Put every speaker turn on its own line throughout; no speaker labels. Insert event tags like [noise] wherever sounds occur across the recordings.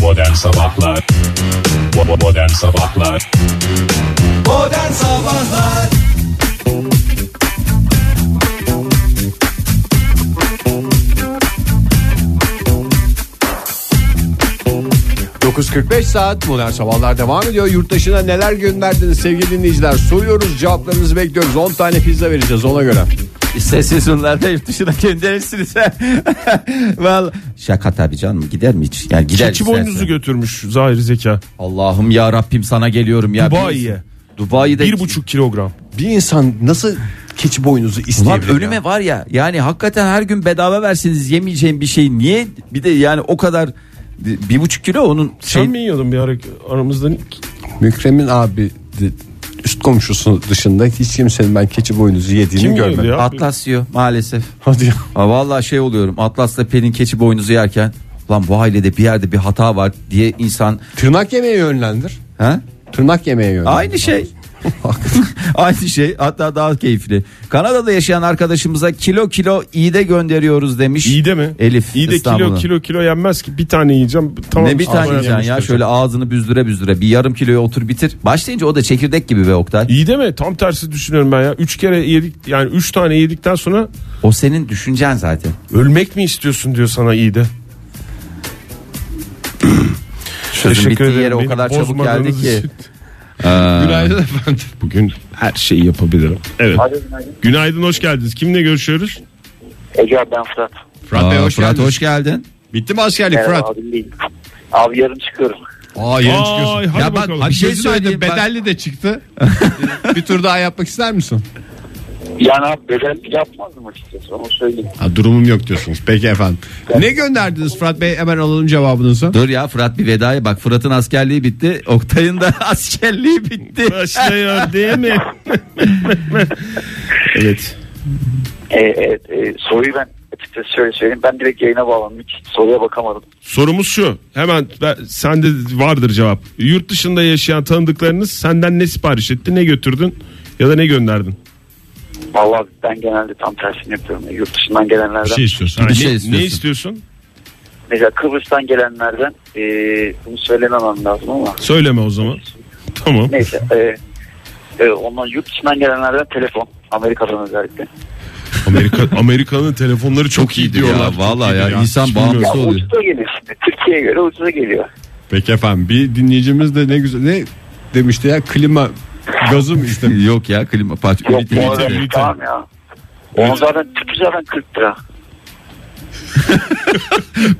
Modern Sabahlar Bo- Modern Sabahlar
Modern Sabahlar ...9.45 saat modern sabahlar devam ediyor. Yurttaşına neler gönderdiniz sevgili dinleyiciler? Soruyoruz cevaplarınızı bekliyoruz. 10 tane pizza vereceğiz ona göre.
İsterseniz onları da yurt dışına gönderirsiniz. [laughs] Vallahi şaka tabii canım gider mi hiç? Yani gider
Keçi boynuzu
istersen.
götürmüş zahir zeka.
Allah'ım ya Rabbim sana geliyorum ya.
Dubai'ye.
Dubai'de
Bir buçuk kilogram.
Bir insan nasıl keçi boynuzu
Ulan
isteyebilir?
önüme var ya yani hakikaten her gün bedava verseniz yemeyeceğim bir şey niye bir de yani o kadar bir buçuk kilo onun şey
Sen mi yiyordun bir ara aramızda?
Mükremin abi de- üst komşusu dışında hiç kimsenin ben keçi boynuzu yediğini
Kim yiyordu
görmedim.
ya?
atlas yiyor maalesef. [laughs]
Hadi ya.
Ha, vallahi şey oluyorum atlasla pelin keçi boynuzu yerken lan bu ailede bir yerde bir hata var diye insan
Tırnak yemeğe yönlendir.
ha?
Tırnak yemeğe yönlendir.
Aynı şey. [laughs] Aynı şey hatta daha keyifli. Kanada'da yaşayan arkadaşımıza kilo kilo iyi de gönderiyoruz demiş.
İyi de mi?
Elif
İyi de kilo
İstanbul'un.
kilo kilo yenmez ki. Bir tane yiyeceğim. Tamam.
ne bir tane
Ama
yiyeceksin ya
yemiştir.
şöyle ağzını büzdüre büzdüre bir yarım kiloya otur bitir. Başlayınca o da çekirdek gibi be Oktay.
İyi de mi? Tam tersi düşünüyorum ben ya. Üç kere yedik yani üç tane yedikten sonra
O senin düşüncen zaten.
ölmek mi istiyorsun diyor sana iyi de.
[clears throat] Sözün bittiği yere o kadar çabuk geldi
bozmadığınız
ki.
için. Günaydın efendim. Bugün her şeyi yapabilirim. Evet.
Alo günaydın.
Günaydın hoş geldiniz. Kimle görüşüyoruz?
Ege abi ben Fırat.
Aa,
Fırat Bey hoş
Fırat
geldiniz.
hoş geldin.
Bitti mi askerlik
Merhaba
Fırat?
abim değil. Abi yarın çıkıyorum.
Aa yeni
Ay,
çıkıyorsun.
hadi
ya bak
[laughs]
bakalım.
bir şey
Gözünü
söyleyeyim.
aydın, bak.
Bedelli de çıktı. bir tur daha yapmak ister misin?
Yani abi bedel yapmazdım açıkçası onu söyleyeyim.
Ha, durumum yok diyorsunuz. Peki efendim. Ne gönderdiniz Fırat Bey? Hemen alalım cevabınızı.
Dur ya Fırat bir vedaya bak Fırat'ın askerliği bitti. Oktay'ın da [laughs] askerliği bitti. [laughs]
Başlıyor değil mi? evet.
Ee, evet, e, soruyu ben açıkçası şöyle söyleyeyim. Ben direkt yayına bağlandım. Hiç soruya bakamadım.
Sorumuz şu. Hemen ben- sende vardır cevap. Yurt dışında yaşayan tanıdıklarınız senden ne sipariş etti, ne götürdün ya da ne gönderdin?
Vallahi ben genelde tam tersini yapıyorum. Yurt dışından gelenlerden.
istiyorsun.
Yani
şey
ne,
istiyorsun.
ne istiyorsun?
Mesela Kıbrıs'tan gelenlerden e, bunu söylememem lazım ama.
Söyleme o zaman. Tamam.
Neyse. E, e, ondan yurt dışından gelenlerden telefon. Amerika'dan özellikle.
Amerika Amerika'nın telefonları çok, iyi diyorlar.
Ya, vallahi
Çok
ya,
iyidir ya.
insan
Hiç
bağımlısı
Ya
oluyor.
ucuza geliyor şimdi. Türkiye'ye göre ucuza geliyor.
Peki efendim. Bir dinleyicimiz de ne güzel ne demişti ya klima gazım istemiş.
Yok ya klima parça.
Yok
Ümit-
bu
Ümit-
arada
ümit.
tamam ya. Onu zaten tüpü zaten 40 lira.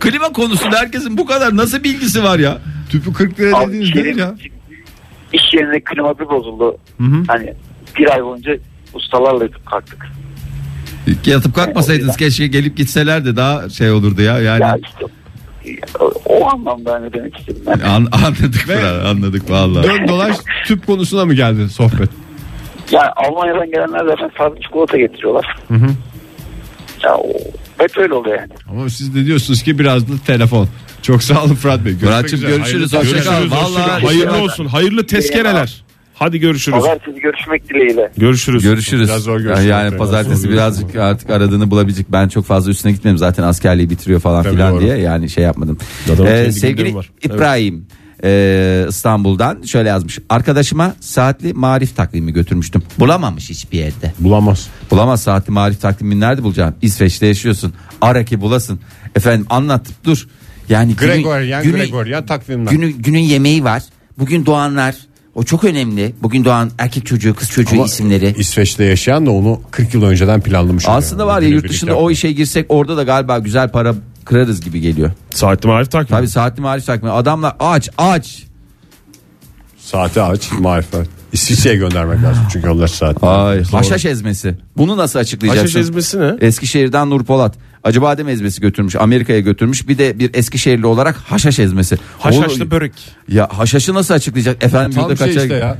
Klima konusunda herkesin bu kadar nasıl bilgisi var ya?
Tüpü 40 lira
Abi şey-
dediniz değil mi
Kerim,
ya?
iş yerinde klima bir bozuldu. Hani bir ay boyunca ustalarla yatıp kalktık.
Yatıp kalkmasaydınız keşke gelip gitselerdi daha şey olurdu ya. Yani
Ya işte o- o anlamda hani demek istedim ben.
an- [laughs] anladık Fırat, anladık vallahi.
Dön dolaş tüp konusuna mı geldi sohbet?
Yani Almanya'dan gelenler zaten fazla çikolata getiriyorlar. Ya o, hep öyle oluyor yani.
Ama siz de diyorsunuz ki biraz da telefon. Çok sağ olun Fırat Bey. Görüşmek
Fırat'cığım
üzere.
görüşürüz.
Hayırlı-
Hoşça kal.
Görüşürüz,
Vallahi
hoşçakal. Hayırlı olsun. Hayırlı tezkereler. Hadi görüşürüz.
Pazartesi görüşmek dileğiyle.
Görüşürüz.
Görüşürüz.
Biraz zor görüşmek
yani
üzere. Biraz
pazartesi
zor
birazcık artık aradığını bulabilecek. Ben çok fazla üstüne gitmedim. Zaten askerliği bitiriyor falan
Tabii
filan
doğru.
diye. Yani şey yapmadım.
Adamın
Ee,
kendi
sevgili
gündemi var. Evet.
İbrahim e, İstanbul'dan şöyle yazmış. Arkadaşıma saatli marif takvimi götürmüştüm. Bulamamış hiçbir yerde.
Bulamaz.
Bulamaz saatli marif takvimini nerede bulacağım? İsveç'te yaşıyorsun. Ara ki bulasın. Efendim anlat dur. Yani günün-
Gregorian,
günün-
Gregorian takvimler.
günün, günün yemeği var. Bugün doğanlar. O çok önemli. Bugün doğan erkek çocuğu, kız çocuğu
Ama
isimleri.
İsveç'te yaşayan da onu 40 yıl önceden planlamış. oluyor.
Aslında var ya
Günübirlik
yurt dışında
yapmak.
o işe girsek orada da galiba güzel para kırarız gibi geliyor.
Saatli marif takvim.
Tabii saatli marif takvimi. Adamlar aç aç.
Saati aç marifet. İsviçre'ye göndermek lazım çünkü onlar saat.
Ay
Doğru.
haşhaş ezmesi. Bunu nasıl açıklayacaksın?
Haşhaş ezmesi ne?
Eskişehir'den Nur Polat. Acı badem ezmesi götürmüş Amerika'ya götürmüş. Bir de bir Eskişehirli olarak haşhaş ezmesi. Oğlum,
Haşhaşlı börek.
Ya haşhaşı nasıl açıklayacak? Efendim
Tam
burada
şey
kaçar- [laughs]
işte ya.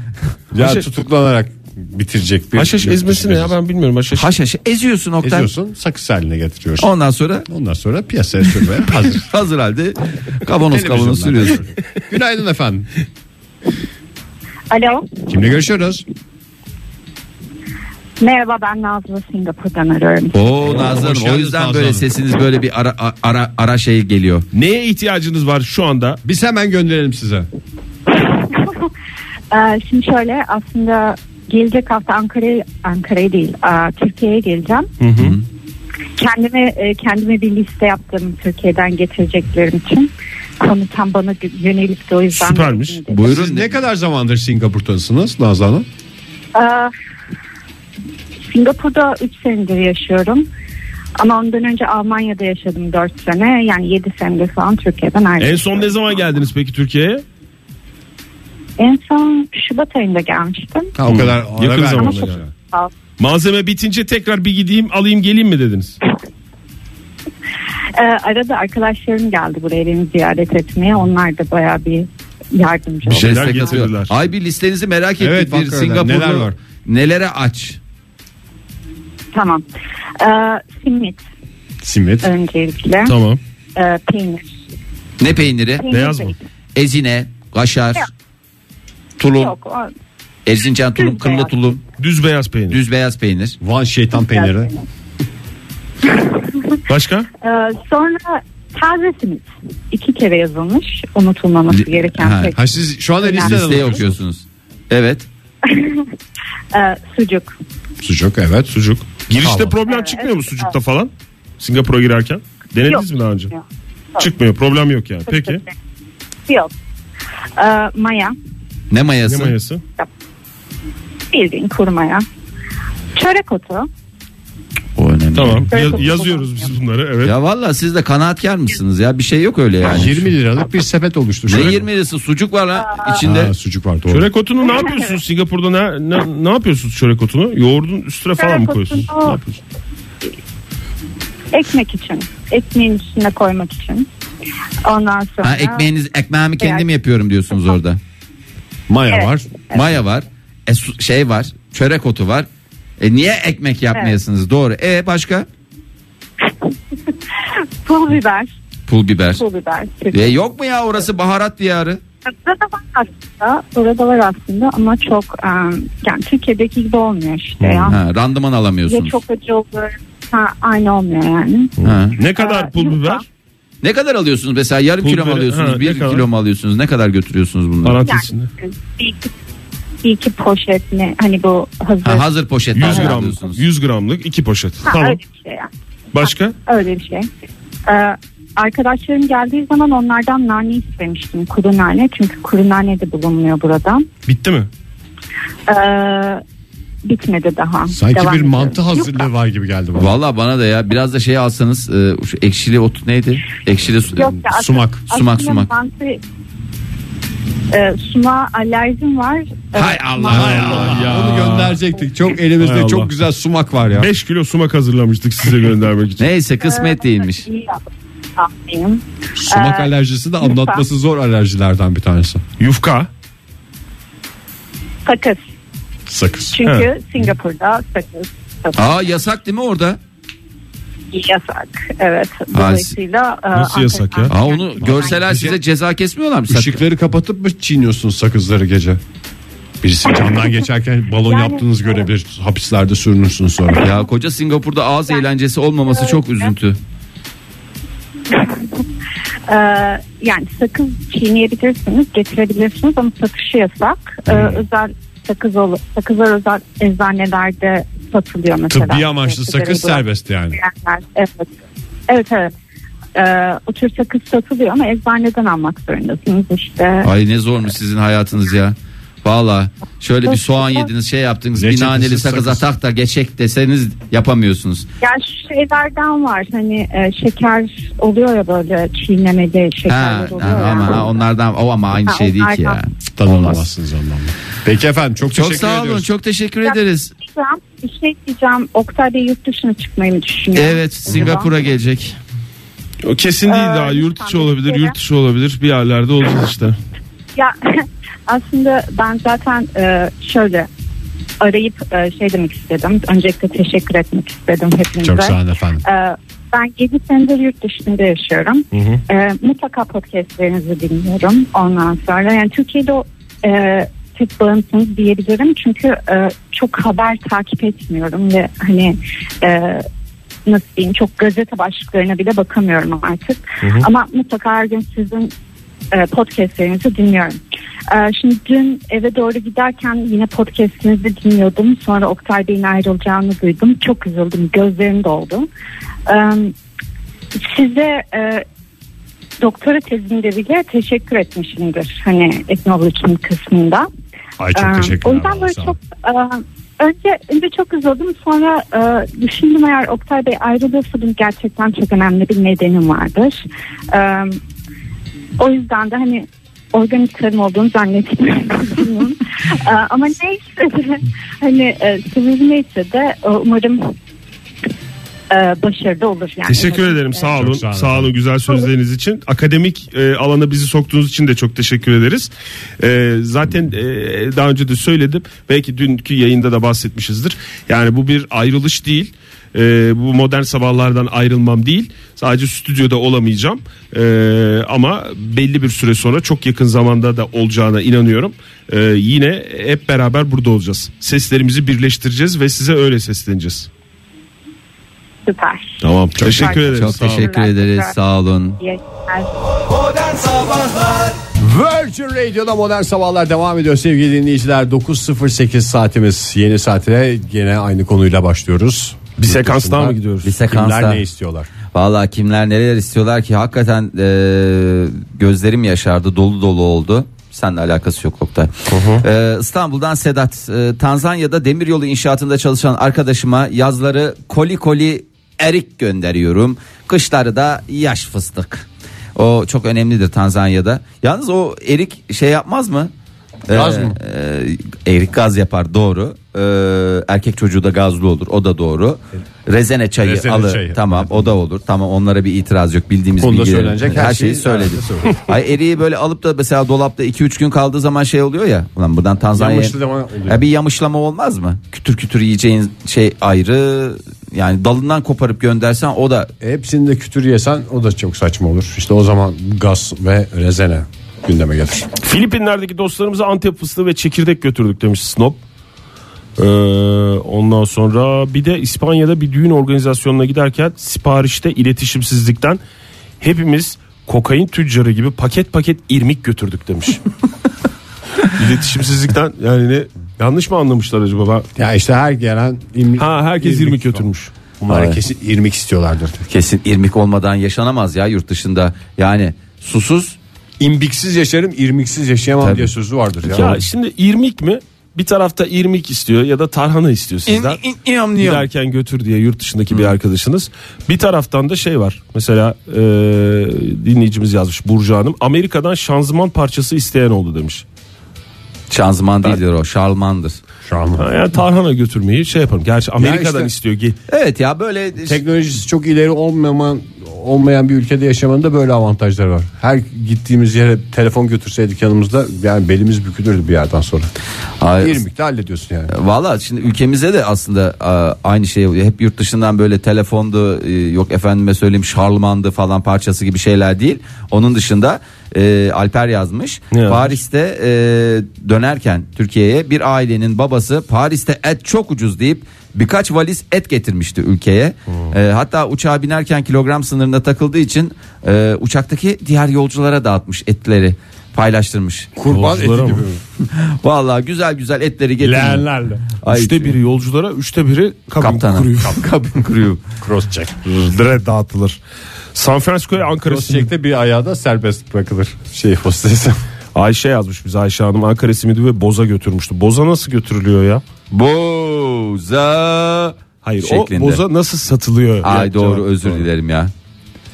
ya
Haşhaş-
tutuklanarak bitirecek bir.
Haşhaş
yurt
ezmesi ne ya
dışı
ben bilmiyorum. Haşhaş.
Haşhaşı eziyorsun Oktay.
Eziyorsun sakız haline getiriyorsun.
Ondan sonra
Ondan sonra
[laughs]
piyasaya sürmeye hazır.
hazır halde kavanoz kavanoz
Televizyondan.
sürüyorsun.
Günaydın efendim.
Alo.
Kimle görüşüyoruz?
Merhaba ben Nazlı Singapur'dan arıyorum.
Oo Nazlı Hanım,
hoş
o
geldiniz
yüzden
Nazlı
böyle
Hanım.
sesiniz böyle bir ara, a- ara, ara şey geliyor.
Neye ihtiyacınız var şu anda?
Biz hemen gönderelim size.
Ee, şimdi şöyle aslında gelecek hafta Ankara'ya Ankara'ya değil aa, Türkiye'ye geleceğim. Kendime e, kendime bir liste yaptım Türkiye'den getireceklerim için. Konu tam bana gö- yönelikti o yüzden.
Süpermiş.
Siz ne kadar zamandır Singapur'dasınız Nazlı Hanım?
Ee, Singapur'da 3 senedir yaşıyorum. Ama ondan önce Almanya'da yaşadım 4 sene. Yani 7 senedir falan Türkiye'den ayrıldım.
En son ne zaman geldiniz peki Türkiye'ye?
En son Şubat ayında gelmiştim.
Ha, o kadar ara
Yakın
vermeden
zamanda
yani.
yani. Malzeme bitince tekrar bir gideyim alayım geleyim mi dediniz?
Ee, arada arkadaşlarım geldi buraya beni ziyaret etmeye. Onlar da bayağı bir yardımcı oldu.
şeyler
Destek atıyor.
getirdiler.
Ay bir listenizi merak ettik.
Evet,
bir
hakikaten.
Singapurlu
Neler var?
Nelere aç?
Tamam. Ee, simit
Simit.
öncelikle.
Tamam.
Ee, peynir.
Ne peyniri?
peynir.
Beyaz mı?
Ezine, kaşar,
Yok.
tulum,
Yok. o-
Erzincan tulum,
Düz
kırlı
beyaz.
tulum,
Düz beyaz peynir.
düz beyaz peynir.
Van şeytan peyniri.
Başka?
Ee, sonra taze simit. iki kere yazılmış. Unutulmaması
Li-
gereken şey.
Ha,
tek.
Ha siz şu anda listede
Listeye okuyorsunuz. Evet.
Ee, sucuk.
Sucuk evet sucuk.
Girişte
Tamam.
problem
Evet,
çıkmıyor mu sucukta falan? Singapur'a girerken. Denediniz
Yok.
mi daha önce?
Yok.
Çıkmıyor problem yok yani. Peki
Yok. Ee, maya.
Ne
ne
mayası?
mayası?
Bildiğin kuru maya. Çörek otu.
O önemli.
Tamam
Evet,
ya-
çok
yazıyoruz
kullanılıyor.
biz bunları evet.
Ya valla siz de kanaatkar mısınız ya? Bir şey yok öyle yani.
20 liralık bir sepet oluştu.
Ne 20 lirası sucuk var lan içinde.
Ha, sucuk var doğru.
Çörek otunu ne
[laughs]
yapıyorsunuz Singapur'da ne, ne, ne yapıyorsunuz çörek otunu? Yoğurdun üstüne falan mı
Çörek
koyuyorsunuz?
otunu-
Ne yapıyorsunuz?
Ekmek için. Ekmeğin üstüne koymak için. Ondan sonra.
ha ekmeğiniz ekmeğimi kendim yapıyorum diyorsunuz orada.
Maya
Evet.
var.
Maya var. E, su- şey var. Çörek otu var. E niye ekmek yapmayasınız? Doğru. E başka?
Pul biber.
Pul biber.
Pul biber.
E yok mu ya orası baharat diyarı?
Burada var aslında. Burada var aslında ama çok e, yani Türkiye'deki gibi olmuyor işte ya.
Hmm, Ha, randıman
Ya
alamıyorsunuz.
çok acı olur. Ha, aynı olmuyor yani.
Ha.
Ne kadar
Ee,
pul
yufka.
biber?
Ne kadar alıyorsunuz mesela yarım
Pul
kilo mu
biberi,
alıyorsunuz
ha,
bir
ne kadar?
kilo mu alıyorsunuz ne kadar götürüyorsunuz bunları?
Parantezinde.
Bir iki, bir iki poşet ne hani bu hazır.
Ha, hazır poşet
100 gramlık.
alıyorsunuz.
100 gramlık iki poşet.
Ha,
Tamam.
Öyle bir şey yani.
Başka?
Öyle bir şey. Ee, arkadaşlarım geldiği zaman onlardan nane istemiştim. Kuru nane. Çünkü kuru nane de bulunmuyor burada.
Bitti mi?
Ee, bitmedi daha.
Sanki
Devam
bir
ediyorum.
mantı hazırlığı var gibi geldi bana.
Valla bana da ya biraz da şey alsanız e, şu ekşili ot neydi? Ekşili su-
Yok ya,
Sumak.
Sumak,
Aslında
sumak.
Mantı, e, sumağa alerjim var. Ee,
Hay Allah,
mantı-
hay Allah.
Ya.
Onu gönderecektik. Çok elimizde
Hay Allah.
çok güzel sumak var ya.
5 kilo sumak hazırlamıştık size göndermek için.
Neyse
Ee,
kısmet değilmiş.
İyi yaptım.
Sumak
Ee,
alerjisi de anlatması zor alerjilerden bir tanesi.
Yufka.
Sakız.
Sakız.
Çünkü
Evet.
Singapur'da sakız, sakız
Aa yasak değil mi orada?
yasak. Evet. Dolayısıyla e,
Nasıl yasak ya?
Aa onu görseler size ceza kesmiyorlar mı?
Işıkları kapatıp mı çiğniyorsunuz sakızları gece? Birisi
[laughs]
camdan geçerken balon
Yani-
yaptığınız görebilir. Hapislerde sürünürsünüz sonra.
Ya koca Singapur'da ağız eğlencesi olmaması çok üzüntü.
E, yani sakız çiğneyebilirsiniz, getirebilirsiniz ama satışı yasak. E, özel sakız ol, sakızlar özel eczanelerde satılıyor mesela.
Tıbbi amaçlı
Evet,
sakız
sigara
serbest yani.
bırakanlar, Evet. Evet evet. E, o tür sakız satılıyor ama eczaneden almak zorundasınız işte.
Ay ne zormuş sizin hayatınız ya. Valla şöyle bir soğan yediniz şey yaptınız bir
Reçetesiz
naneli sakıza
sakız.
tak da geçek deseniz yapamıyorsunuz.
Yani şu şeylerden var hani e, şeker oluyor ya böyle çiğnemeli
Ha,
şekerler
ha,
oluyor. ya.
ama ha, onlardan o ama aynı
Ha,
şey değil ki ya.
onlardan.
Tanımlamazsınız anlamda. Peki efendim çok,
Çok
teşekkür
sağ olun
ediyoruz.
çok teşekkür ederiz.
diyeceğim, bir şey diyeceğim. Oktay Bey yurt dışına çıkmayı mı düşünüyor?
Evet Singapur'a gelecek.
O kesin değil
Ee,
daha yurt içi
lütfen
olabilir,
bir kere.
yurt dışı olabilir. Bir yerlerde olacağız işte.
Ya [laughs] aslında ben zaten e, şöyle arayıp e, şey demek istedim. Öncelikle teşekkür etmek istedim hepinize.
Çok sağ olun efendim.
E, ben 7 senedir yurt dışında yaşıyorum. E, mutlaka podcastlerinizi dinliyorum. Ondan sonra yani Türkiye'de o, e, aktif bağımsız diyebilirim. Çünkü e, çok haber takip etmiyorum ve hani e, nasıl diyeyim çok gazete başlıklarına bile bakamıyorum artık. Ama mutlaka her gün sizin e, podcastlerinizi dinliyorum. E, şimdi dün eve doğru giderken yine podcastinizi dinliyordum. Sonra Oktay Bey'in ayrılacağını duydum. Çok üzüldüm. Gözlerim doldu. E, size e, doktora tezimde bile teşekkür etmişimdir. Hani etnolojinin kısmında.
Ay çok
Ee,
teşekkürler.
O yüzden böyle
Sağ ol.
çok e, önce önce çok üzüldüm sonra e, düşündüm eğer Oktay Bey ayrılırsa bunun gerçekten çok önemli bir nedenim vardır. E, o yüzden de hani organik tarım olduğunu zannetmiyorum. [laughs] E, ama neyse de, hani e, sebebi neyse de e, umarım e, başarılı olur yani. E,
Teşekkür
Evet.
ederim. Sağ
Çok
olun.
sağ
Sağ
olun.
olun. güzel sözleriniz için. Akademik e, alana bizi soktuğunuz için de çok teşekkür ederiz. E, zaten e, daha önce de söyledim. Belki dünkü yayında da bahsetmişizdir. Yani bu bir ayrılış değil. E, bu modern sabahlardan ayrılmam değil. Sadece stüdyoda olamayacağım. E, ama belli bir süre sonra çok yakın zamanda da olacağına inanıyorum. E, yine hep beraber burada olacağız. Seslerimizi birleştireceğiz ve size öyle sesleneceğiz.
Süper.
Tamam. Çok teşekkür ederim.
Çok
Sağ olun.
teşekkür ederiz. Sağ olun.
İyi yayınlar.
Virgin Radio'da modern sabahlar devam ediyor sevgili dinleyiciler. 9.08 saatimiz yeni saate yine aynı konuyla başlıyoruz.
Bir sekanstan mı gidiyoruz?
Bir sekansa.
Kimler ne istiyorlar?
Valla kimler neler istiyorlar ki hakikaten e, gözlerim yaşardı dolu dolu oldu. Seninle alakası yok Oktay. E, İstanbul'dan Sedat. E, Tanzanya'da demiryolu inşaatında çalışan arkadaşıma yazları koli koli erik gönderiyorum. Kışları da yaş fıstık. O çok önemlidir Tanzanya'da. Yalnız o erik şey yapmaz mı?
Gaz
E,
mı?
e, erik gaz yapar doğru. E, erkek çocuğu da gazlı olur o da doğru. Rezene çayı
Rezene
alı.
çayı.
Tamam o da olur. Tamam onlara bir itiraz yok. Bildiğimiz
Konuda
bilgileri.
söylenecek her
her şeyi
şeyi [laughs]
söyledik.
herhalde söyledik.
Ay eriği böyle alıp da mesela dolapta 2-3 gün kaldığı zaman şey oluyor ya. Ulan buradan Tanzanya'ya.
Yamışlama oluyor.
Ya bir yamışlama olmaz mı? Kütür kütür yiyeceğin şey ayrı. Yani dalından koparıp göndersen o da
E, Hepsini de kütür yesen o da çok saçma olur. İşte o zaman gaz ve rezene gündeme gelir.
Filipinler'deki dostlarımıza Antep fıstığı ve çekirdek götürdük demiş Snob. Ee, ondan sonra bir de İspanya'da bir düğün organizasyonuna giderken siparişte iletişimsizlikten hepimiz kokain tüccarı gibi paket paket irmik götürdük demiş. İletişimsizlikten yani ne yanlış mı anlamışlar acaba? Ben...
Ya işte her gelen im-
Ha herkes irmik
falan.
götürmüş.
Bunlar kesin irmik istiyorlardır.
kesin irmik olmadan yaşanamaz ya yurt dışında. Yani susuz
İmbiksiz yaşarım, irmiksiz yaşayamam
Tabii.
diye sözü vardır ya.
Ya şimdi irmik mi? Bir tarafta irmik istiyor ya da tarhana istiyor sizden. Giderken götür diye yurt dışındaki bir arkadaşınız. Bir taraftan da şey var. Mesela e, dinleyicimiz yazmış Burcu Hanım. Amerika'dan şanzıman parçası isteyen oldu demiş.
şanzıman değildir o şarlmandır.
Şu an.
Ha, Yani tarhana götürmeyi şey yaparım. Gerçi Amerika'dan
işte-
istiyor. Ge-
Evet ya böyle şey
Teknolojisi çok ileri olmayan olmayan bir ülkede yaşamanın da böyle avantajları var. Her gittiğimiz yere telefon götürseydik yanımızda yani belimiz bükülürdü bir yerden sonra.
Ay-
İrmik'te hallediyorsun yani.
Valla şimdi ülkemize de aslında a, aynı şey oluyor. Hep yurt dışından böyle telefondu e, yok efendime söyleyeyim şarlmandı falan parçası gibi şeyler değil. Onun dışında e, Alper yazmış.
Ne yazmış?
Paris'te e, dönerken Türkiye'ye bir ailenin babası Paris'te et çok ucuz deyip birkaç valiz et getirmişti ülkeye.
Hmm.
E, hatta uçağa binerken kilogram sınırına takıldığı için e, uçaktaki diğer yolculara dağıtmış etleri paylaştırmış.
Kurban eti
Yolculara
gibi.
mı?
Valla güzel güzel etleri getirmiş.
Leğenlerle.
Ay-
üçte biri yolculara, üçte biri kabin
Kaptana.
kuruyu. [laughs]
Kabin kuruyor.
Cross check.
Direkt dağıtılır. San Francisco'ya Ankara
Cross check'te bir ayağı da serbest bırakılır. Şey hostesi.
Ayşe yazmış bize Ayşe Hanım Ankara simidi ve boza götürmüştü. Boza nasıl götürülüyor ya?
Boza.
Hayır
Şeklinde.
o boza nasıl satılıyor?
Ay
Yani
doğru
cevap-
özür dilerim ya.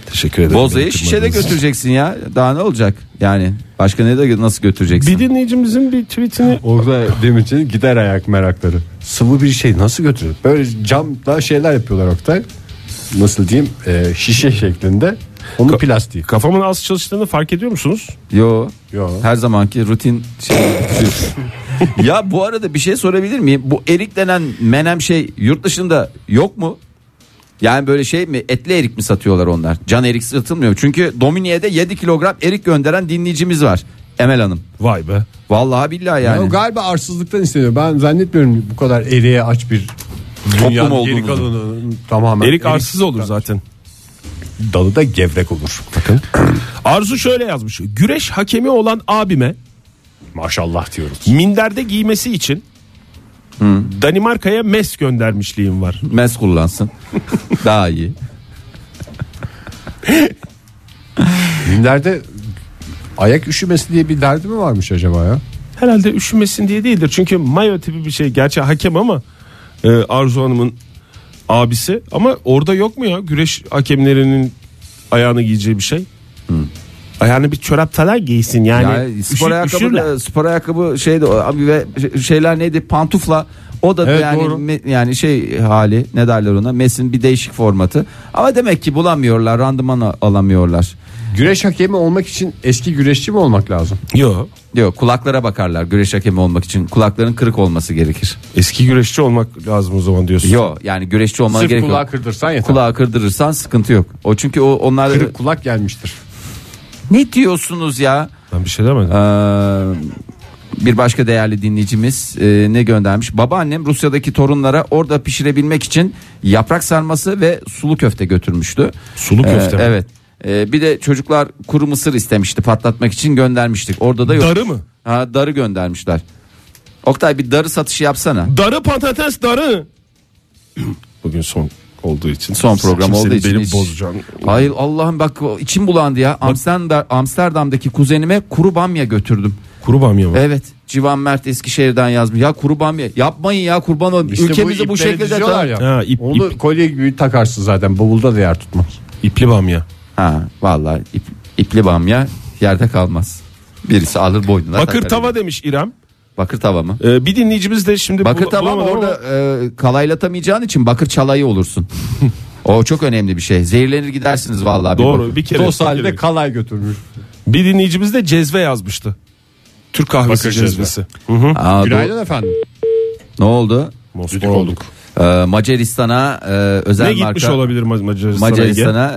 Teşekkür ederim.
Boza'yı şişede götüreceksin ya. Daha ne olacak? Yani başka ne de nasıl götüreceksin?
Bir dinleyicimizin bir tweetini
Orada demin için gider ayak merakları. Sıvı bir şey nasıl götürür? Böyle camda şeyler yapıyorlar Oktay. Nasıl diyeyim? Ee, şişe şeklinde. Onu plastiği.
kafamın az çalıştığını fark ediyor musunuz?
Yo.
Yo.
Her zamanki rutin şey.
[laughs]
ya bu arada bir şey sorabilir miyim? Bu erik denen menem şey yurt dışında yok mu? Yani böyle şey mi etli erik mi satıyorlar onlar? Can erik satılmıyor. Çünkü Dominiye'de 7 kilogram erik gönderen dinleyicimiz var. Emel Hanım.
Vay be.
Vallahi billahi yani.
O galiba arsızlıktan isteniyor. Ben zannetmiyorum bu kadar eriye aç bir dünyanın geri
olduğumuzu.
kalanının tamamen.
Erik arsız olur zaten.
dalı da gevrek olur. Bakın.
Arzu şöyle yazmış. Güreş hakemi olan abime
[clears throat] Maşallah diyoruz.
minderde giymesi için Danimarka'ya mes göndermişliğim var.
[laughs]
Mes kullansın. Daha iyi.
Günlerde ayak üşümesi diye bir derdi mi varmış acaba ya?
Herhalde üşümesin diye değildir. Çünkü mayo tipi bir şey. Gerçi hakem ama e, Arzu Hanım'ın abisi. Ama orada yok mu ya güreş hakemlerinin ayağını giyeceği bir şey? Ayağını bir çorap falan giysin yani.
Hani
Yani spor
Üşü-
ayakkabı
üşürler.
da, spor ayakkabı şeydi o, abi ve ş- şeyler neydi pantufla o da
Evet,
yani
doğru.
me- yani şey hali ne derler ona Mes'in bir değişik formatı ama demek ki bulamıyorlar randıman a- alamıyorlar.
Güreş hakemi olmak için eski güreşçi mi olmak lazım?
Yok.
Yok kulaklara bakarlar güreş hakemi olmak için kulakların kırık olması gerekir.
Eski güreşçi olmak lazım o zaman diyorsun.
Yok yani güreşçi olmana
Sırf
gerek
kulağı
yok.
kırdırsan yeter.
Kulağı kırdırırsan sıkıntı yok. O çünkü o onlar
Kırık kulak gelmiştir.
ne diyorsunuz ya?
Ben bir şey demedim.
Ee, bir başka değerli dinleyicimiz e, ne göndermiş? Babaannem Rusya'daki torunlara orada pişirebilmek için yaprak sarması ve sulu köfte götürmüştü.
Sulu köfte mi?
Evet. Ee, bir de çocuklar kuru mısır istemişti patlatmak için göndermiştik. Orada da yok.
Darı mı?
Ha, darı göndermişler. Oktay bir darı satışı yapsana.
Darı patates darı. [clears throat] Bugün son olduğu için.
Son program
Kimsenin
olduğu için.
benim
hiç-
bozacağım.
Hayır Allah'ım bak içim bulandı ya. Amsterdam, Amsterdam'daki kuzenime kuru bamya götürdüm.
Kuru bamya mı?
Evet. Civan Mert Eskişehir'den yazmış. Ya kuru bamya yapmayın ya kurban olayım.
İşte
Ülkemizi bu,
ipleri
şekilde
diziyorlar
tan-
ya.
Ha, ip-
Onu kolye gibi takarsın zaten. Bavulda da yer tutmaz.
İpli bamya.
Ha vallahi ip, ipli bamya yerde kalmaz. Birisi alır boynuna.
Bakır
takar.
tava demiş İrem.
Bakır tava mı?
Ee, bir dinleyicimiz de şimdi
Bakır
bul-
tava mı
bulamadım ama-
orada e, kalaylatamayacağın için bakır çalayı
[laughs]
olursun. o çok önemli bir şey. Zehirlenir gidersiniz vallahi. bir bakın.
Doğru bir kere.
Dost
bir
halde
kere.
kalay götürmüş.
Bir dinleyicimiz de cezve yazmıştı. Türk kahvesi cezvesi.
Aa, do-
Günaydın efendim.
ne oldu?
Moskova olduk.
Ee, Macaristan'a e, özel
Ne
marka
gitmiş olabilir Ma- Macaristan'a?
Macaristan'a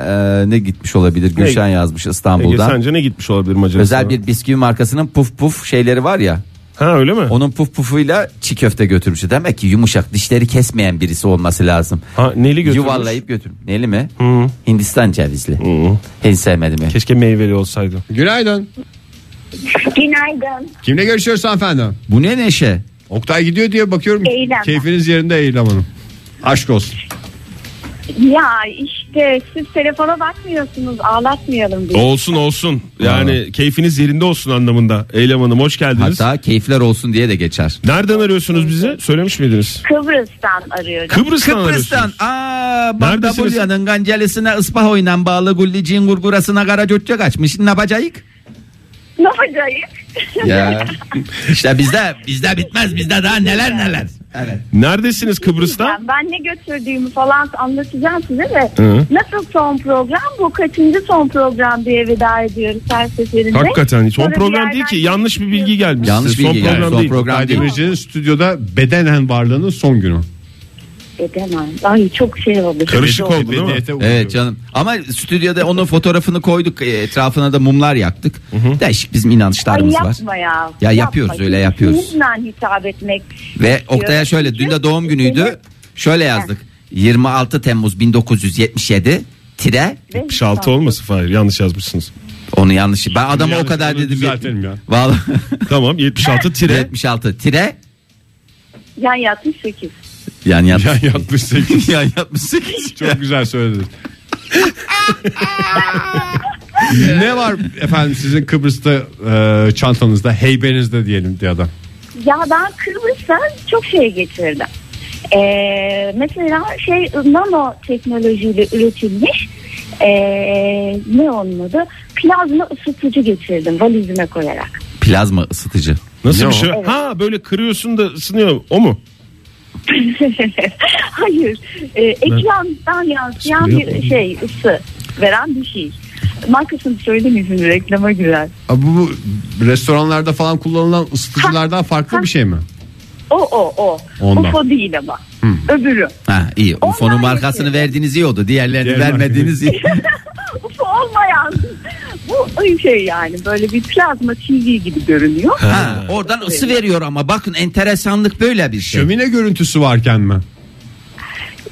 e, ne gitmiş olabilir? Gülşen yazmış
Ege? Ege,
İstanbul'dan.
sence ne gitmiş olabilir Macaristan'a?
Özel bir bisküvi markasının puf puf şeyleri var ya.
Ha öyle mi?
Onun puf pufuyla çiğ köfte götürmüş. Demek ki yumuşak dişleri kesmeyen birisi olması lazım.
Ha neli götürmüş?
Yuvarlayıp götür. Neli mi? Hindistan cevizli. Hiç sevmedim. ben.
Keşke meyveli olsaydı.
Günaydın.
Günaydın.
Kimle görüşüyoruz hanımefendi?
Bu ne neşe?
Oktay gidiyor diye bakıyorum.
Eylem.
Keyfiniz yerinde Eylem Hanım. Aşk olsun.
Ya işte siz telefona bakmıyorsunuz ağlatmayalım diye.
Olsun olsun. Yani keyfiniz yerinde olsun anlamında. Eylem Hanım hoş geldiniz.
Hatta keyifler olsun diye de geçer.
Nereden arıyorsunuz bizi? Söylemiş miydiniz?
Kıbrıs'tan arıyorum.
Kıbrıs'tan,
Kıbrıs'tan.
arıyorsunuz.
Aa,
Neredesiniz?
Bandabulya'nın gancelesine ıspah oynan bağlı gullicin gurgurasına kara cötçe kaçmış. Ne yapacağız?
ne yapacağız?
[laughs] Ya. işte bizde bizde bitmez bizde daha neler neler. Evet.
Neredesiniz
[laughs]
Kıbrıs'ta?
Ben, ben ne götürdüğümü falan anlatacağım size de. Nasıl son program bu kaçıncı son program diye veda ediyoruz her seferinde.
Hakikaten son
Sonra bir
program
yerden
değil ki yanlış bir bilgi gelmiş.
Yanlış
size.
bilgi gelmiş, son program
Oktay
değil.
Demirci'nin stüdyoda bedenen varlığının son günü.
Edemem. Ay çok şey oldu.
Karışık oldu değil mi?
Bedeniyete uğruyor.
Evet canım. Ama stüdyoda onun fotoğrafını koyduk. e, Etrafına da mumlar yaktık. Değişik bizim
Ay
inançlarımız var.
yapma ya.
Ya yapıyoruz, öyle yapıyoruz.
Yüzünden hitap etmek.
Ve Oktay'a şöyle dün de doğum günüydü. Şöyle yazdık. 26 Temmuz 1977 tire
76 olmasın Fahir yanlış yazmışsınız.
onu yanlış. Ben adama o kadar
Yanlış, onu
dedim.
düzeltelim ya.
Vallahi
Tamam
[laughs]
[laughs]
76 tire
76 tire
Yan yatmış 8.
yani yat.
Yan yatmış sekiz.
[laughs] yani yapmışsın.
[laughs]
Çok güzel söyledin. ne var efendim sizin Kıbrıs'ta e, çantanızda, heybenizde diyelim diye adam.
Ya ben Kıbrıs'tan çok şey getirdim. Ee, mesela şey nano teknolojiyle üretilmiş ee, ne onun adı? Plazma ısıtıcı getirdim valizime koyarak. [laughs]
Plazma ısıtıcı.
nasıl bir şey? Ha böyle kırıyorsun da ısınıyor o mu?
Hayır, ee, ekrandan yansıyan bir şey ısı veren bir şey. Markasını söylemeyeyim şimdi reklama girer.
Abi bu restoranlarda falan kullanılan ısıtıcılardan farklı bir şey mi?
O o o.
Ondan.
UFO değil ama. Öbürü.
Ha iyi.
Onlar
UFO'nun markasını
yetiyor.
[laughs]
verdiğiniz iyi oldu. Diğerlerini vermediğiniz iyi.
UFO olmayan. Bu Bu öyle şey yani böyle bir plazma TV gibi görünüyor.
Ha, oradan ısı veriyor ama bakın enteresanlık böyle bir şey.
Şömine görüntüsü varken mi?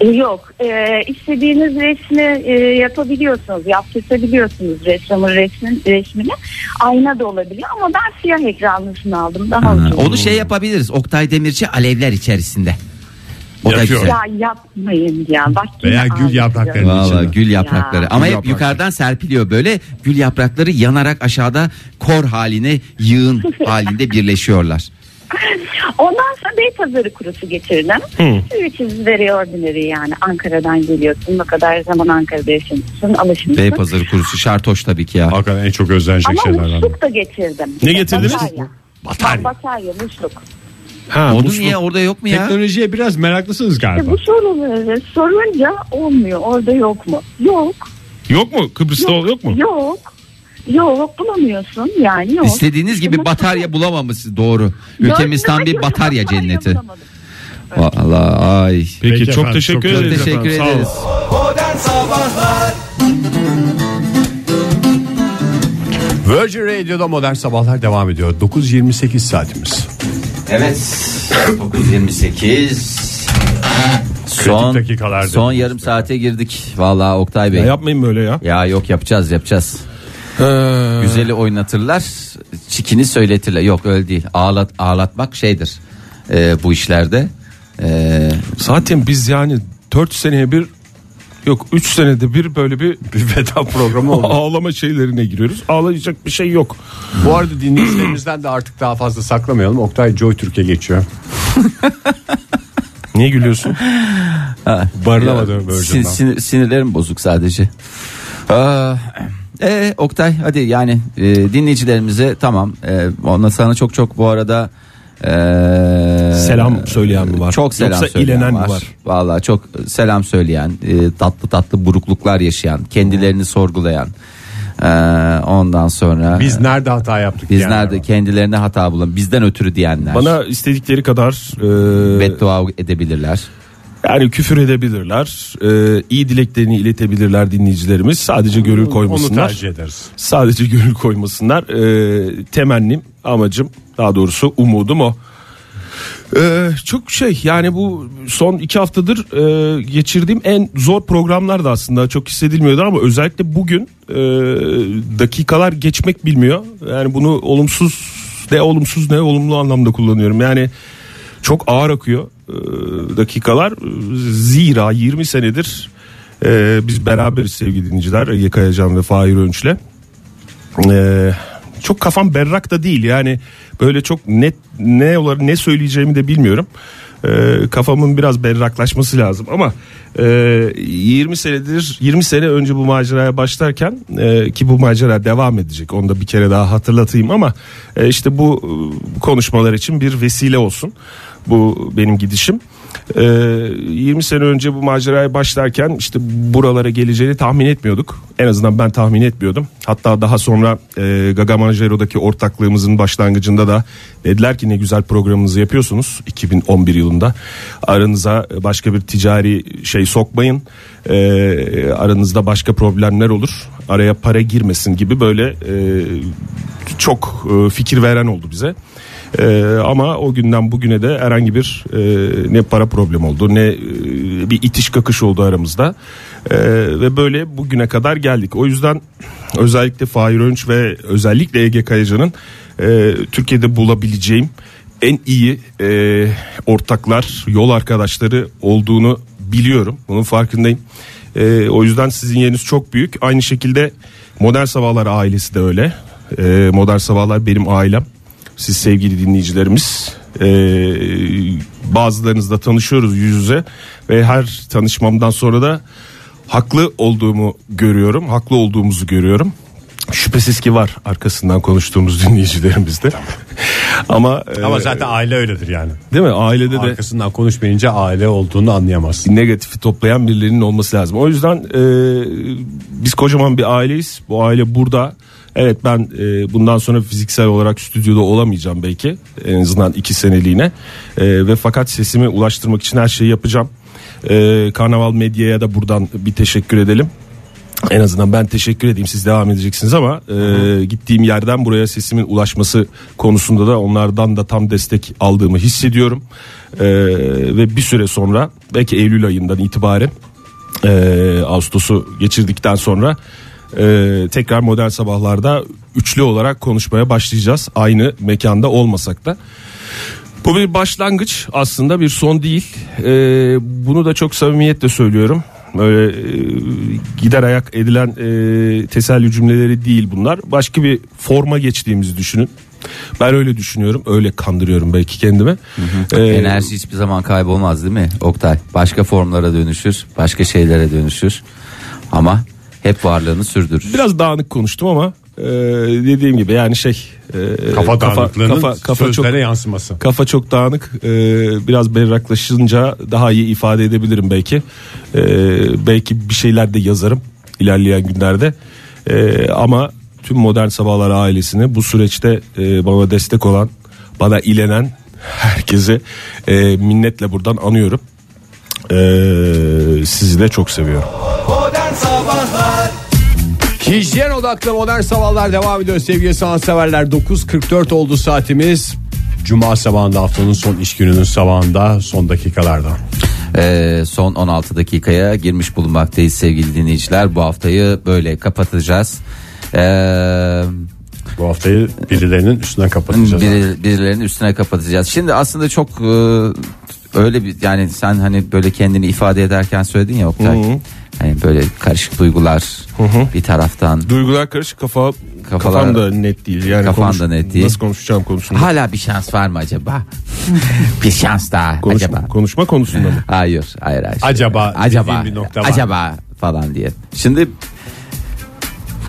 E, Yok. E, istediğiniz resmi e, yapabiliyorsunuz. Yaptırtabiliyorsunuz ressamın resmin, resmini. Ayna da olabiliyor ama ben siyah ekranlısını aldım. Daha
Ha,
ucuz.
onu şey yapabiliriz. Oktay Demirci alevler içerisinde. O da
Yakıyor.
güzel.
Ya yapmayın ya. Bak yine şey.
Veya gül
ağlayacağım.
yaprakları.
Valla
içinde.
gül yaprakları
Ya.
ama
Gül
hep
yaprakları.
yukarıdan serpiliyor böyle gül yaprakları yanarak aşağıda kor haline yığın halinde birleşiyorlar.
Ondan sonra Beypazarı kurusu getirdim. Üç yüz very ordinary yani Ankara'dan geliyorsun. Ne kadar zaman Ankara'da yaşamışsın, alışmışsın.
Beypazarı kurusu şartoş tabii ki ya.
Hakikaten en çok özlenecek
Ama
şeylerden. biri.
musluk da getirdim.
Ne getirdiniz?
Batarya.
Batarya.
Batarya, musluk.
Ha,
Onu
musluk.
niye orada yok mu ya?
Teknolojiye biraz meraklısınız
İşte
galiba.
E, bu soruları sorunca olmuyor. Orada yok mu? Yok.
Yok mu? Kıbrıs'ta yok, mu?
Yok. Yok bulamıyorsun yani yok. E,
İstediğiniz gibi batarya bulamamışsınız doğru. Ülkemiz tam bir batarya cenneti.
bulamadım.
Valla ay.
Peki,
Peki
çok
efendim,
teşekkür
çok
ederiz.
Teşekkür
efendim. Sağ olun.
ederiz.
Virgin Radio'da modern sabahlar devam ediyor. 9.28 saatimiz.
Evet. 928. Son,
dakikalarda.
son yarım saate girdik. Valla Oktay Bey.
Ya yapmayın böyle ya.
Ya yok yapacağız yapacağız.
Ee,
Güzeli oynatırlar, çikini söyletirler. Yok öyle değil. Ağlat ağlatmak şeydir e, bu işlerde. E,
Zaten biz yani 4 seneye bir yok 3 senede bir böyle bir
Bir veda programı oldu.
[laughs] ağlama şeylerine giriyoruz. Ağlayacak bir şey yok.
Bu arada dinleyicilerimizden de artık daha fazla saklamayalım. Oktay Joy Türkiye geçiyor.
Niye gülüyorsun?
Barınamadım
sin-
Virgin'den.
sin- sinirlerim bozuk sadece. Ah, e, Oktay hadi yani e, dinleyicilerimize tamam. E, ona sana çok çok bu arada e,
Selam söyleyen mi var?
Ee, Çok selam
Yoksa
söyleyen
ilenen mi
var.
var?
Vallahi çok selam söyleyen, e, tatlı tatlı burukluklar yaşayan, kendilerini sorgulayan. e, ondan sonra
Biz nerede hata yaptık?
Biz
diyenler
nerede
var.
kendilerine hata bulan bizden ötürü diyenler.
Bana istedikleri kadar e,
beddua edebilirler.
yani küfür edebilirler. E, iyi dileklerini iletebilirler dinleyicilerimiz. Sadece gönül
Onu
koymasınlar.
tercih ederiz.
Sadece gönül koymasınlar. Ee, temennim, amacım daha doğrusu umudum o. Ee, çok şey yani bu son iki haftadır e, geçirdiğim en zor programlar da aslında çok hissedilmiyordu ama özellikle bugün e, dakikalar geçmek bilmiyor. Yani bunu olumsuz ne olumsuz ne olumlu anlamda kullanıyorum. Yani çok ağır akıyor e, dakikalar. Zira 20 senedir e, biz beraberiz sevgili dinleyiciler. Ege Kayacan ve Fahir Önç'le. E, çok kafam berrak da değil yani böyle çok net ne olarak ne söyleyeceğimi de bilmiyorum. E, kafamın biraz berraklaşması lazım ama e, 20 senedir 20 sene önce bu maceraya başlarken e, ki bu macera devam edecek onu da bir kere daha hatırlatayım ama e, işte bu e, konuşmalar için bir vesile olsun bu benim gidişim. Ee, 20 sene önce bu maceraya başlarken işte buralara geleceğini tahmin etmiyorduk. En azından ben tahmin etmiyordum. Hatta daha sonra e, Gaga Manjero'daki ortaklığımızın başlangıcında da dediler ki ne güzel programınızı yapıyorsunuz 2011 yılında. Aranıza başka bir ticari şey sokmayın. Ee, aranızda başka problemler olur. Araya para girmesin gibi böyle e, çok e, fikir veren oldu bize. E, ama o günden bugüne de herhangi bir e, ne para problemi oldu ne e, bir itiş kakış oldu aramızda. E, ve böyle bugüne kadar geldik. O yüzden özellikle Fahir Önç ve özellikle Ege Kayacan'ın e, Türkiye'de bulabileceğim en iyi e, ortaklar, yol arkadaşları olduğunu biliyorum. Bunun farkındayım. E, o yüzden sizin yeriniz çok büyük. Aynı şekilde Modern Sabahlar ailesi de öyle. E, Modern Sabahlar benim ailem. Siz sevgili dinleyicilerimiz. E, bazılarınızla tanışıyoruz yüz yüze ve her tanışmamdan sonra da haklı olduğumu görüyorum. Haklı olduğumuzu görüyorum. Şüphesiz ki var arkasından konuştuğumuz [laughs] dinleyicilerimiz de. ama
Ama
e,
zaten aile öyledir yani.
değil mi? Ailede de
Arkasından konuşmayınca aile olduğunu anlayamazsın.
negatifi toplayan birilerinin olması lazım. O yüzden e, biz kocaman bir aileyiz. Bu aile burada. Evet ben e, bundan sonra fiziksel olarak stüdyoda olamayacağım belki. En azından iki seneliğine. E, ve fakat sesimi ulaştırmak için her şeyi yapacağım. E, Karnaval Medya'ya da buradan bir teşekkür edelim. En azından ben teşekkür edeyim siz devam edeceksiniz ama e, gittiğim yerden buraya sesimin ulaşması konusunda da onlardan da tam destek aldığımı hissediyorum. E, ve bir süre sonra belki Eylül ayından itibaren e, Ağustos'u geçirdikten sonra e, tekrar modern sabahlarda üçlü olarak konuşmaya başlayacağız. Aynı mekanda olmasak da. Bu bir başlangıç aslında bir son değil. Ee, bunu da çok samimiyetle söylüyorum. Böyle e, gider ayak edilen e, teselli cümleleri değil bunlar. Başka bir forma geçtiğimizi düşünün. Ben öyle düşünüyorum. Öyle kandırıyorum belki kendimi. Ee,
Enerji hiçbir zaman kaybolmaz değil mi Oktay? Başka formlara dönüşür, başka şeylere dönüşür. Ama hep varlığını sürdürür.
Biraz dağınık konuştum ama e, dediğim gibi yani şey e,
Kafa dağınıklığının
kafa, kafa çok
sözlere yansıması.
Kafa çok dağınık. Ee, biraz berraklaşınca daha iyi ifade edebilirim belki. Ee, belki bir şeyler de yazarım ilerleyen günlerde. Ee, ama tüm modern sabahlar ailesini bu süreçte e, bana destek olan, bana ilenen herkese e, minnetle buradan anıyorum. Ee, sizi de çok seviyorum.
Hijyen odaklı modern sabahlar devam ediyor sevgili sanatseverler. 9.44 oldu saatimiz. Cuma sabahında haftanın son iş gününün sabahında son dakikalarda.
Ee, son 16 dakikaya girmiş bulunmaktayız sevgili dinleyiciler. Bu haftayı böyle kapatacağız. Ee,
Bu haftayı birilerinin üstünden kapatacağız.
bir, birilerinin üstüne kapatacağız. Şimdi aslında çok e, öyle bir yani sen hani böyle kendini ifade ederken söyledin ya Oktay. Hani böyle karışık duygular bir taraftan
Duygular karışık kafa
Kafalar-
kafam da net değil. Yani
Kafan
konuş-
da net değil.
Nasıl konuşacağım konusunda.
hala bir şans var mı
[laughs]
acaba? bir şans daha
Konuşma,
acaba.
konuşma konusunda mı?
Hayır, hayır, hayır.
Acaba
acaba,
dediğim bir nokta var.
acaba falan diye. Şimdi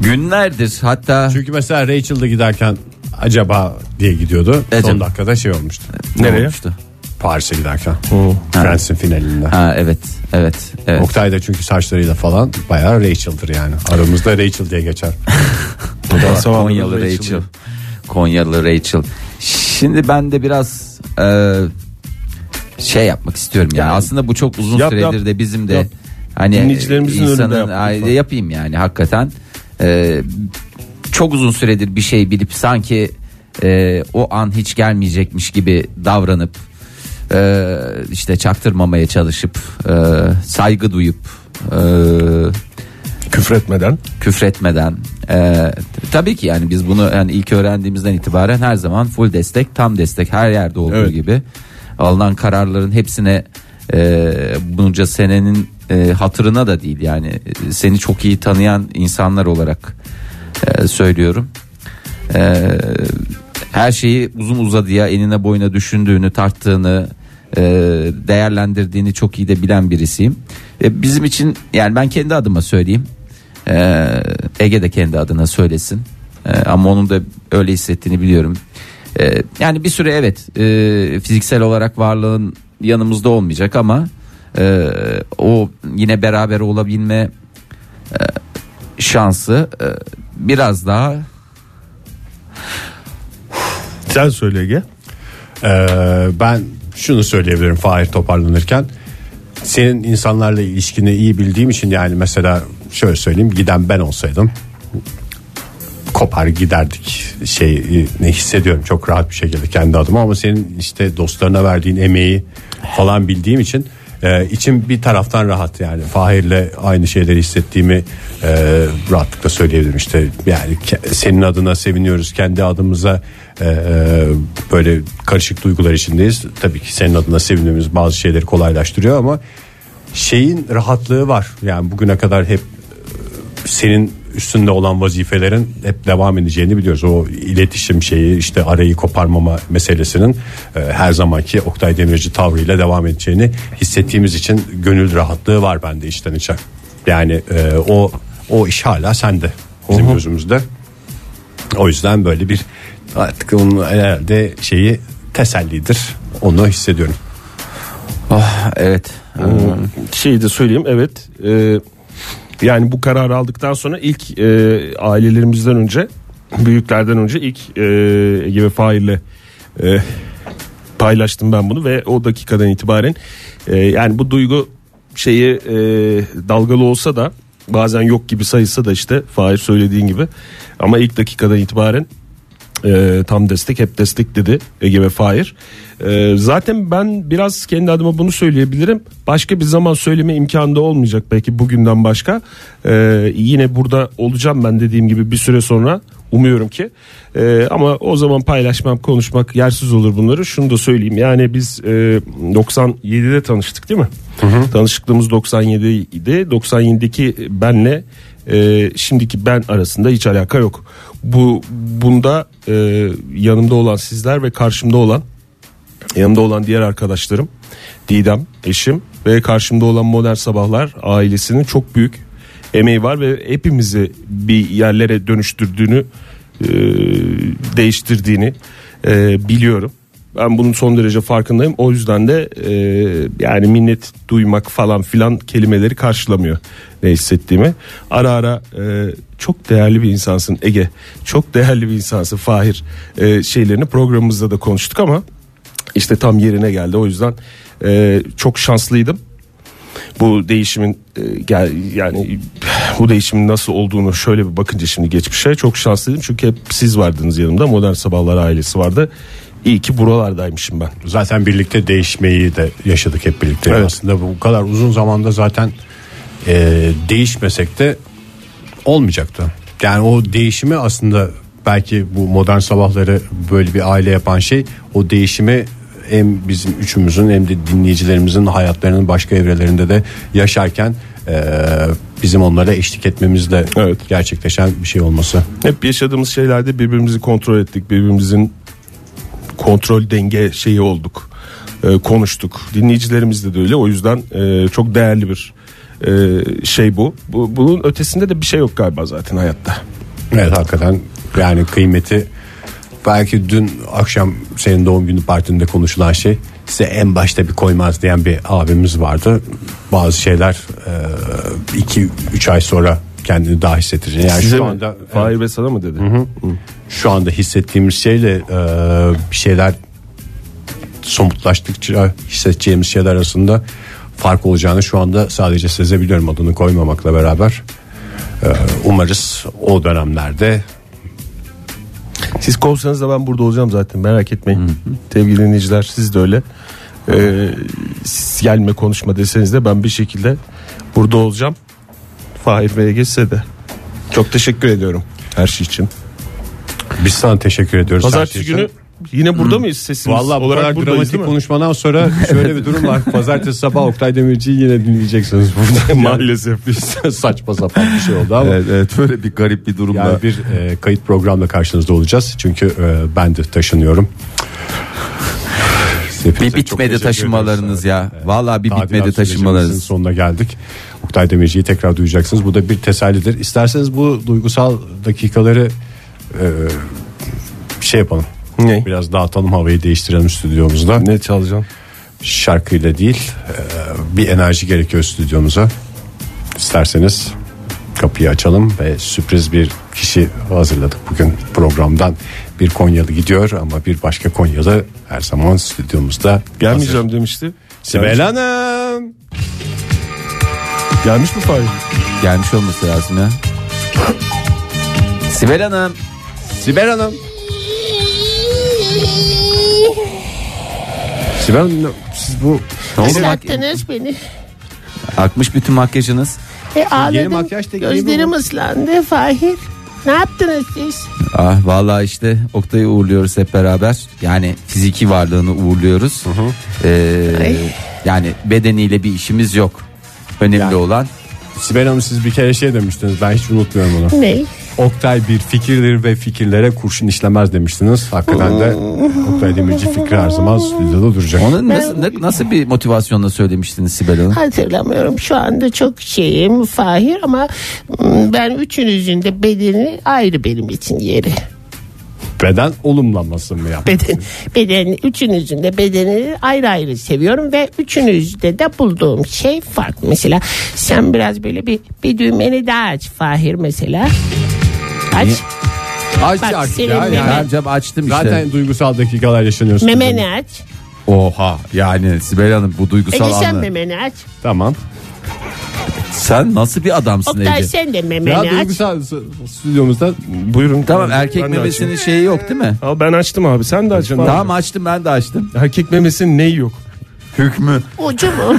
günlerdir hatta
Çünkü mesela Rachel de giderken acaba diye gidiyordu. Son
Acaba.
dakikada şey olmuştu.
Ne
Nereye?
olmuştu?
Paris'e giderken. Friends'in finalinde.
Ha evet, evet, evet.
Oktay da çünkü saçlarıyla falan bayağı Rachel'dır yani. Aramızda Rachel diye geçer.
Modern sabahlar
Konyalı
Rachel.
Rachel. Konyalı Rachel. Şimdi ben de biraz e, şey yapmak istiyorum yani. Aslında bu çok uzun
Yap,
süredir
yap.
de bizim de
Yap.
hani
Dinleyicilerimizin önünde
insanın
yap lütfen.
ay- yapayım yani hakikaten. E, çok uzun süredir bir şey bilip sanki e, o an hiç gelmeyecekmiş gibi davranıp e, işte çaktırmamaya çalışıp e, saygı duyup e,
Küfretmeden.
küfretmeden e, tabii ki yani biz bunu yani ilk öğrendiğimizden itibaren her zaman full destek tam destek her yerde olduğu
Evet.
gibi alınan kararların hepsine e, bunca senenin e, hatırına da değil yani e, seni çok iyi tanıyan insanlar olarak e, söylüyorum E, her şeyi uzun uzadıya enine boyuna düşündüğünü tarttığını e, değerlendirdiğini çok iyi de bilen birisiyim E, bizim için yani ben kendi adıma söyleyeyim ee, Ege de kendi adına söylesin. Ee, ama onun da öyle hissettiğini biliyorum. Ee, yani bir süre evet e, fiziksel olarak varlığın yanımızda olmayacak ama e, o yine beraber olabilme e, şansı e, biraz daha
Sen söyle Ege.
Ee, ben şunu söyleyebilirim Fahir toparlanırken. Senin insanlarla ilişkini iyi bildiğim için yani mesela şöyle söyleyeyim giden ben olsaydım kopar giderdik şey ne hissediyorum çok rahat bir şekilde kendi adıma ama senin işte dostlarına verdiğin emeği falan bildiğim için e, içim bir taraftan rahat yani Fahir'le aynı şeyleri hissettiğimi e, rahatlıkla söyleyebilirim işte yani ke- senin adına seviniyoruz kendi adımıza e, e, böyle karışık duygular içindeyiz tabii ki senin adına sevindiğimiz bazı şeyleri kolaylaştırıyor ama şeyin rahatlığı var yani bugüne kadar hep senin üstünde olan vazifelerin hep devam edeceğini biliyoruz. O iletişim şeyi işte arayı koparmama meselesinin e, her zamanki Oktay Demirci tavrıyla devam edeceğini hissettiğimiz için gönül rahatlığı var bende içten içe. Yani e, o o iş hala sende bizim gözümüzde. O yüzden böyle bir artık onun herhalde şeyi tesellidir. Onu hissediyorum.
oh, evet
Şeyi de söyleyeyim evet. e, yani bu kararı aldıktan sonra ilk e, ailelerimizden önce büyüklerden önce ilk e, Ege ve Fahir'le e, paylaştım ben bunu ve o dakikadan itibaren e, yani bu duygu şeyi e, dalgalı olsa da bazen yok gibi sayısı da işte Fahir söylediğin gibi ama ilk dakikadan itibaren e, tam destek hep destek dedi Ege ve Fahir. E, zaten ben biraz kendi adıma bunu söyleyebilirim. Başka bir zaman söyleme imkanı da olmayacak belki bugünden başka. E, yine burada olacağım ben dediğim gibi bir süre sonra umuyorum ki. E, ama o zaman paylaşmam konuşmak yersiz olur bunları. Şunu da söyleyeyim yani biz e, 97'de tanıştık değil mi? Tanışıklığımız 97 idi. 97'deki benle e, şimdiki ben arasında hiç alaka yok. Bu bunda e, yanımda olan sizler ve karşımda olan yanımda olan diğer arkadaşlarım Didem eşim ve karşımda olan Modern Sabahlar ailesinin çok büyük emeği var ve hepimizi bir yerlere dönüştürdüğünü e, değiştirdiğini e, biliyorum. Ben bunun son derece farkındayım. O yüzden de e, yani minnet duymak falan filan kelimeleri karşılamıyor ne hissettiğimi. Ara ara e, çok değerli bir insansın Ege. Çok değerli bir insansın Fahir. E, şeylerini programımızda da konuştuk ama işte tam yerine geldi. O yüzden e, çok şanslıydım. Bu değişimin e, gel yani [sighs] bu değişimin nasıl olduğunu şöyle bir bakınca şimdi geçmişe çok şanslıydım. Çünkü hep siz vardınız yanımda. Modern Sabahlar ailesi vardı. İyi ki buralardaymışım ben.
Zaten birlikte değişmeyi de yaşadık hep birlikte.
Evet.
Aslında bu kadar uzun zamanda zaten e, değişmesek de olmayacaktı. Yani o değişimi aslında belki bu modern sabahları böyle bir aile yapan şey o değişimi hem bizim üçümüzün hem de dinleyicilerimizin hayatlarının başka evrelerinde de yaşarken e, bizim onlara eşlik etmemizle
Evet.
gerçekleşen bir şey olması.
Hep yaşadığımız şeylerde birbirimizi kontrol ettik. Birbirimizin kontrol denge şeyi olduk. Ee, konuştuk. Dinleyicilerimiz de, de öyle. O yüzden e, çok değerli bir e, şey bu. bu. Bunun ötesinde de bir şey yok galiba zaten hayatta.
Evet hakikaten yani kıymeti belki dün akşam senin doğum günü partinde konuşulan şey size en başta bir koymaz diyen bir abimiz vardı. Bazı şeyler 2-3 ay sonra kendini daha hissettirecek. Yani
Size
şu
mi?
anda
Fahir ve sana mı dedi?
şu anda hissettiğimiz şeyle e, bir şeyler somutlaştıkça hissedeceğimiz şeyler arasında fark olacağını şu anda sadece sezebiliyorum adını koymamakla beraber. E, umarız o dönemlerde
Siz kovsanız da ben burada olacağım zaten merak etmeyin. Sevgili dinleyiciler siz de öyle. Ee, siz gelme konuşma deseniz de ben bir şekilde burada olacağım. Fahir Bey'e geçse de. Çok teşekkür ediyorum her şey için.
Biz sana teşekkür ediyoruz.
Pazartesi
her şey
günü
için.
yine burada mıyız sesimiz
Vallahi bu
olarak
kadar
buradayız
dramatik
değil mi?
konuşmadan sonra
[laughs]
şöyle bir durum var. Pazartesi sabah Oktay Demirci'yi yine dinleyeceksiniz
[laughs]
burada.
Maalesef biz.
[laughs] Saçma sapan bir şey oldu ama.
Evet, evet böyle bir garip bir durumda.
Yani bir e, kayıt programla karşınızda olacağız. Çünkü e, ben de taşınıyorum.
bir
Hepinize çok
bitmedi
teşekkür
taşımalarınız
ediyoruz.
ya. Vallahi bir
Tadilat
bitmedi
sürecimizin
taşımalarınız.
sonuna geldik. Oktay Demirci'yi tekrar duyacaksınız. Bu da bir tesellidir. İsterseniz bu duygusal dakikaları e, şey yapalım.
Ne?
Biraz dağıtalım havayı değiştirelim stüdyomuzda.
Ne çalacağım?
şarkıyla değil e, bir enerji gerekiyor stüdyomuza. İsterseniz kapıyı açalım ve sürpriz bir kişi hazırladık bugün programdan. Bir Konyalı gidiyor ama bir başka Konyalı her zaman stüdyomuzda.
Gelmeyeceğim demişti.
Sibel Hanım.
Gelmiş mi Fahir?
Gelmiş olması lazım ya. Sibel Hanım.
Sibel Hanım. Sibel Hanım siz bu
Ne oldu?
Islattınız beni.
Akmış bütün makyajınız.
E, ağladım.
Yeni makyaj tekniği bu
Gözlerim ıslandı Fahir. Ne yaptınız siz?
Ah vallahi işte Oktay'ı uğurluyoruz hep beraber. Yani fiziki varlığını uğurluyoruz. Ee,
Ay.
yani bedeniyle bir işimiz yok. Önemli olan
Sibel Hanım siz bir kere şey demiştiniz ben hiç unutmuyorum onu.
Ne?
Oktay bir fikirdir ve fikirlere kurşun işlemez demiştiniz. Hakikaten de Oktay Demirci fikri her zaman stüdyoda duracak.
Onu nasıl, ne- nasıl bir motivasyonla söylemiştiniz Sibel Hanım?
Hatırlamıyorum şu anda çok şeyim Fahir ama mm, ben üçünüzün de bedeni ayrı benim için yeri.
Beden olumlanması mı yaptı?
Beden, beden üçünüzün de bedeni ayrı ayrı seviyorum ve üçünüzde de bulduğum şey farklı. Mesela sen biraz böyle bir, bir düğmeni daha aç Fahir mesela. Aç.
Aç
Bak,
artık
senin
ya.
meme-
Yani
Ben cam açtım işte.
Zaten duygusal dakikalar yaşanıyorsun.
Memeni aç.
Oha yani Sibel Hanım bu
Ege
duygusal
sen
anı.
memeni aç.
Tamam.
Sen nasıl bir adamsın
Oktay şey-
Ece?
sen de memeni
Ya
aç.
duygusal s- stüdyomuzda buyurun.
Tamam erkek
Ben de
memesinin
açayım.
şeyi yok değil mi?
Al ben açtım abi sen de açın.
Tamam açtım ben de açtım.
Erkek memesinin
[laughs]
neyi yok?
Hükmü. [laughs]
Ucu mu?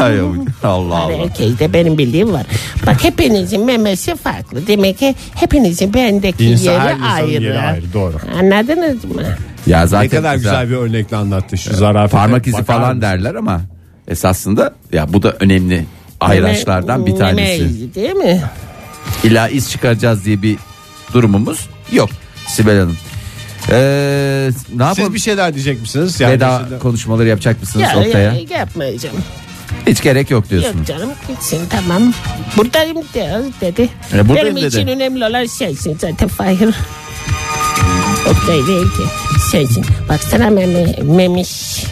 Hay Allah Allah.
Erkekte benim bildiğim var. Bak hepinizin memesi farklı. Demek ki hepinizin bendeki
İnsan- her
yeri
insanın
ayrı.
yeri ayrı, doğru.
Anladınız mı?
Ya zaten
Ne kadar güzel, bir örnekle anlattı şu zarafete.
parmak izi
Bakar
falan
mısın?
derler ama esasında ya bu da önemli ayraçlardan bir
Meme- meme
tanesi.
izi, değil mi?
İlla iz çıkaracağız diye bir durumumuz yok Sibel Hanım. Ee, ne
Siz
yapalım?
bir şey şeyler diyecek misiniz? Yani
Veda
bir şeyler-
konuşmaları yapacak mısınız
Ya,
Oktay'a?
ya, yapmayacağım.
Hiç gerek yok diyorsun.
Yok canım gitsin tamam. Buradayım de, dedi.
E, buradayım
Benim için
dedi.
önemli olan sensin zaten Fahir. Oktay değil ki sensin. Baksana meme, memiş.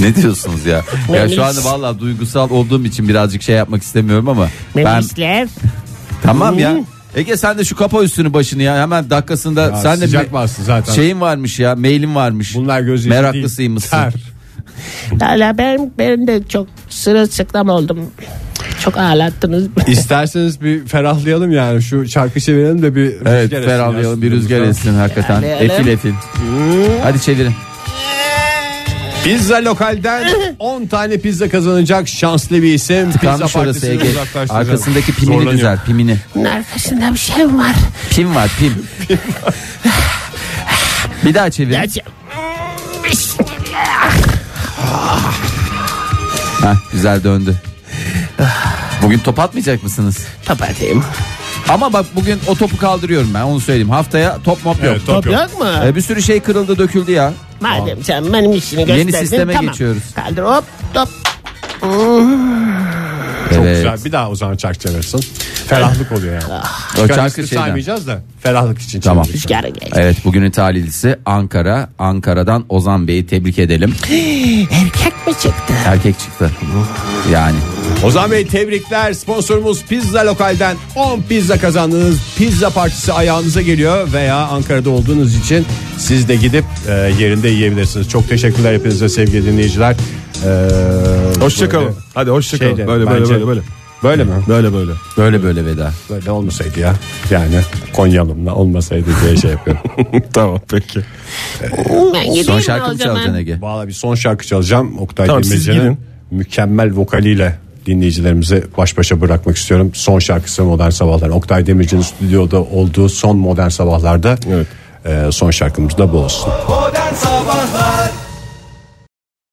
Ne diyorsunuz ya? ya
Memiş.
şu anda vallahi duygusal olduğum için birazcık şey yapmak istemiyorum ama ben
Memişler.
tamam ya. Ege sen de şu kapa üstünü başını ya hemen dakikasında
Ya
sen de
sıcak
bir-
bastı zaten.
şeyin varmış ya mailin varmış.
Bunlar göz yaşı
Meraklısıymışsın.
değil,
Hala ben, ben de çok sırılsıklam oldum. Çok [laughs] ağlattınız.
İsterseniz bir ferahlayalım yani şu şarkı çevirelim de bir
Evet ferahlayalım bir rüzgar essin hakikaten.
Ferahlayalım.
Efil efil. Hadi çevirin.
Pizza lokalden 10 tane pizza kazanacak şanslı bir isim.
Kalmış
pizza
orası
partisini
Ege.
uzaklaştıracağım.
Arkasındaki pimini
Zorlanıyor.
düzel pimini.
Bunun arkasında bir şey var.
Pim var
[laughs]
pim. bir daha çevir.
Gerçi-
Heh, güzel döndü. Bugün top atmayacak mısınız?
Kapatayım.
Ama bak bugün o topu kaldırıyorum ben onu söyleyeyim. Haftaya top mop yok.
Evet, top yok.
Yok mu?
Ee, bir sürü şey kırıldı döküldü ya.
Madem sen benim işini gösterdin.
Yeni sisteme
tamam.
geçiyoruz.
Kaldır hop top.
Çok
Evet.
güzel. Bir daha o zaman şarkı çevirsin. Ferahlık oluyor yani.
O
Şarkı
şarkı şeyden.
saymayacağız da ferahlık için
Tamam.
çevirecek.
Rüzgarı geç.
Evet bugünün talihlisi Ankara. Ankara'dan Ozan Bey'i tebrik edelim. [gasps]
Erkek mi çıktı?
Erkek çıktı. Yani.
Ozan Bey tebrikler. Sponsorumuz Pizza Lokal'den 10 pizza kazandınız. Pizza partisi ayağınıza geliyor veya Ankara'da olduğunuz için siz de gidip e, yerinde yiyebilirsiniz. Çok teşekkürler hepinize sevgili dinleyiciler. E,
Hoşçakalın.
böyle-
Hadi hoşçakalın.
Şeyde,
Böyle böyle
bence-
böyle böyle.
Böyle mi?
Böyle böyle.
Böyle böyle veda.
Böyle olmasaydı ya. Yani Konyalımla olmasaydı diye şey yapıyorum.
tamam peki.
Ben gideyim
Son
mi
şarkı
o
mı çalacaksın
zaman?
Ege?
Valla bir son şarkı çalacağım. Oktay
Tamam, siz
Demirci'nin
gidin.
mükemmel vokaliyle dinleyicilerimizi baş başa bırakmak istiyorum. Son şarkısı Modern Sabahlar. Oktay Demirci'nin stüdyoda olduğu son Modern Sabahlar'da
Evet.
e, son şarkımız da bu olsun.
Modern Sabahlar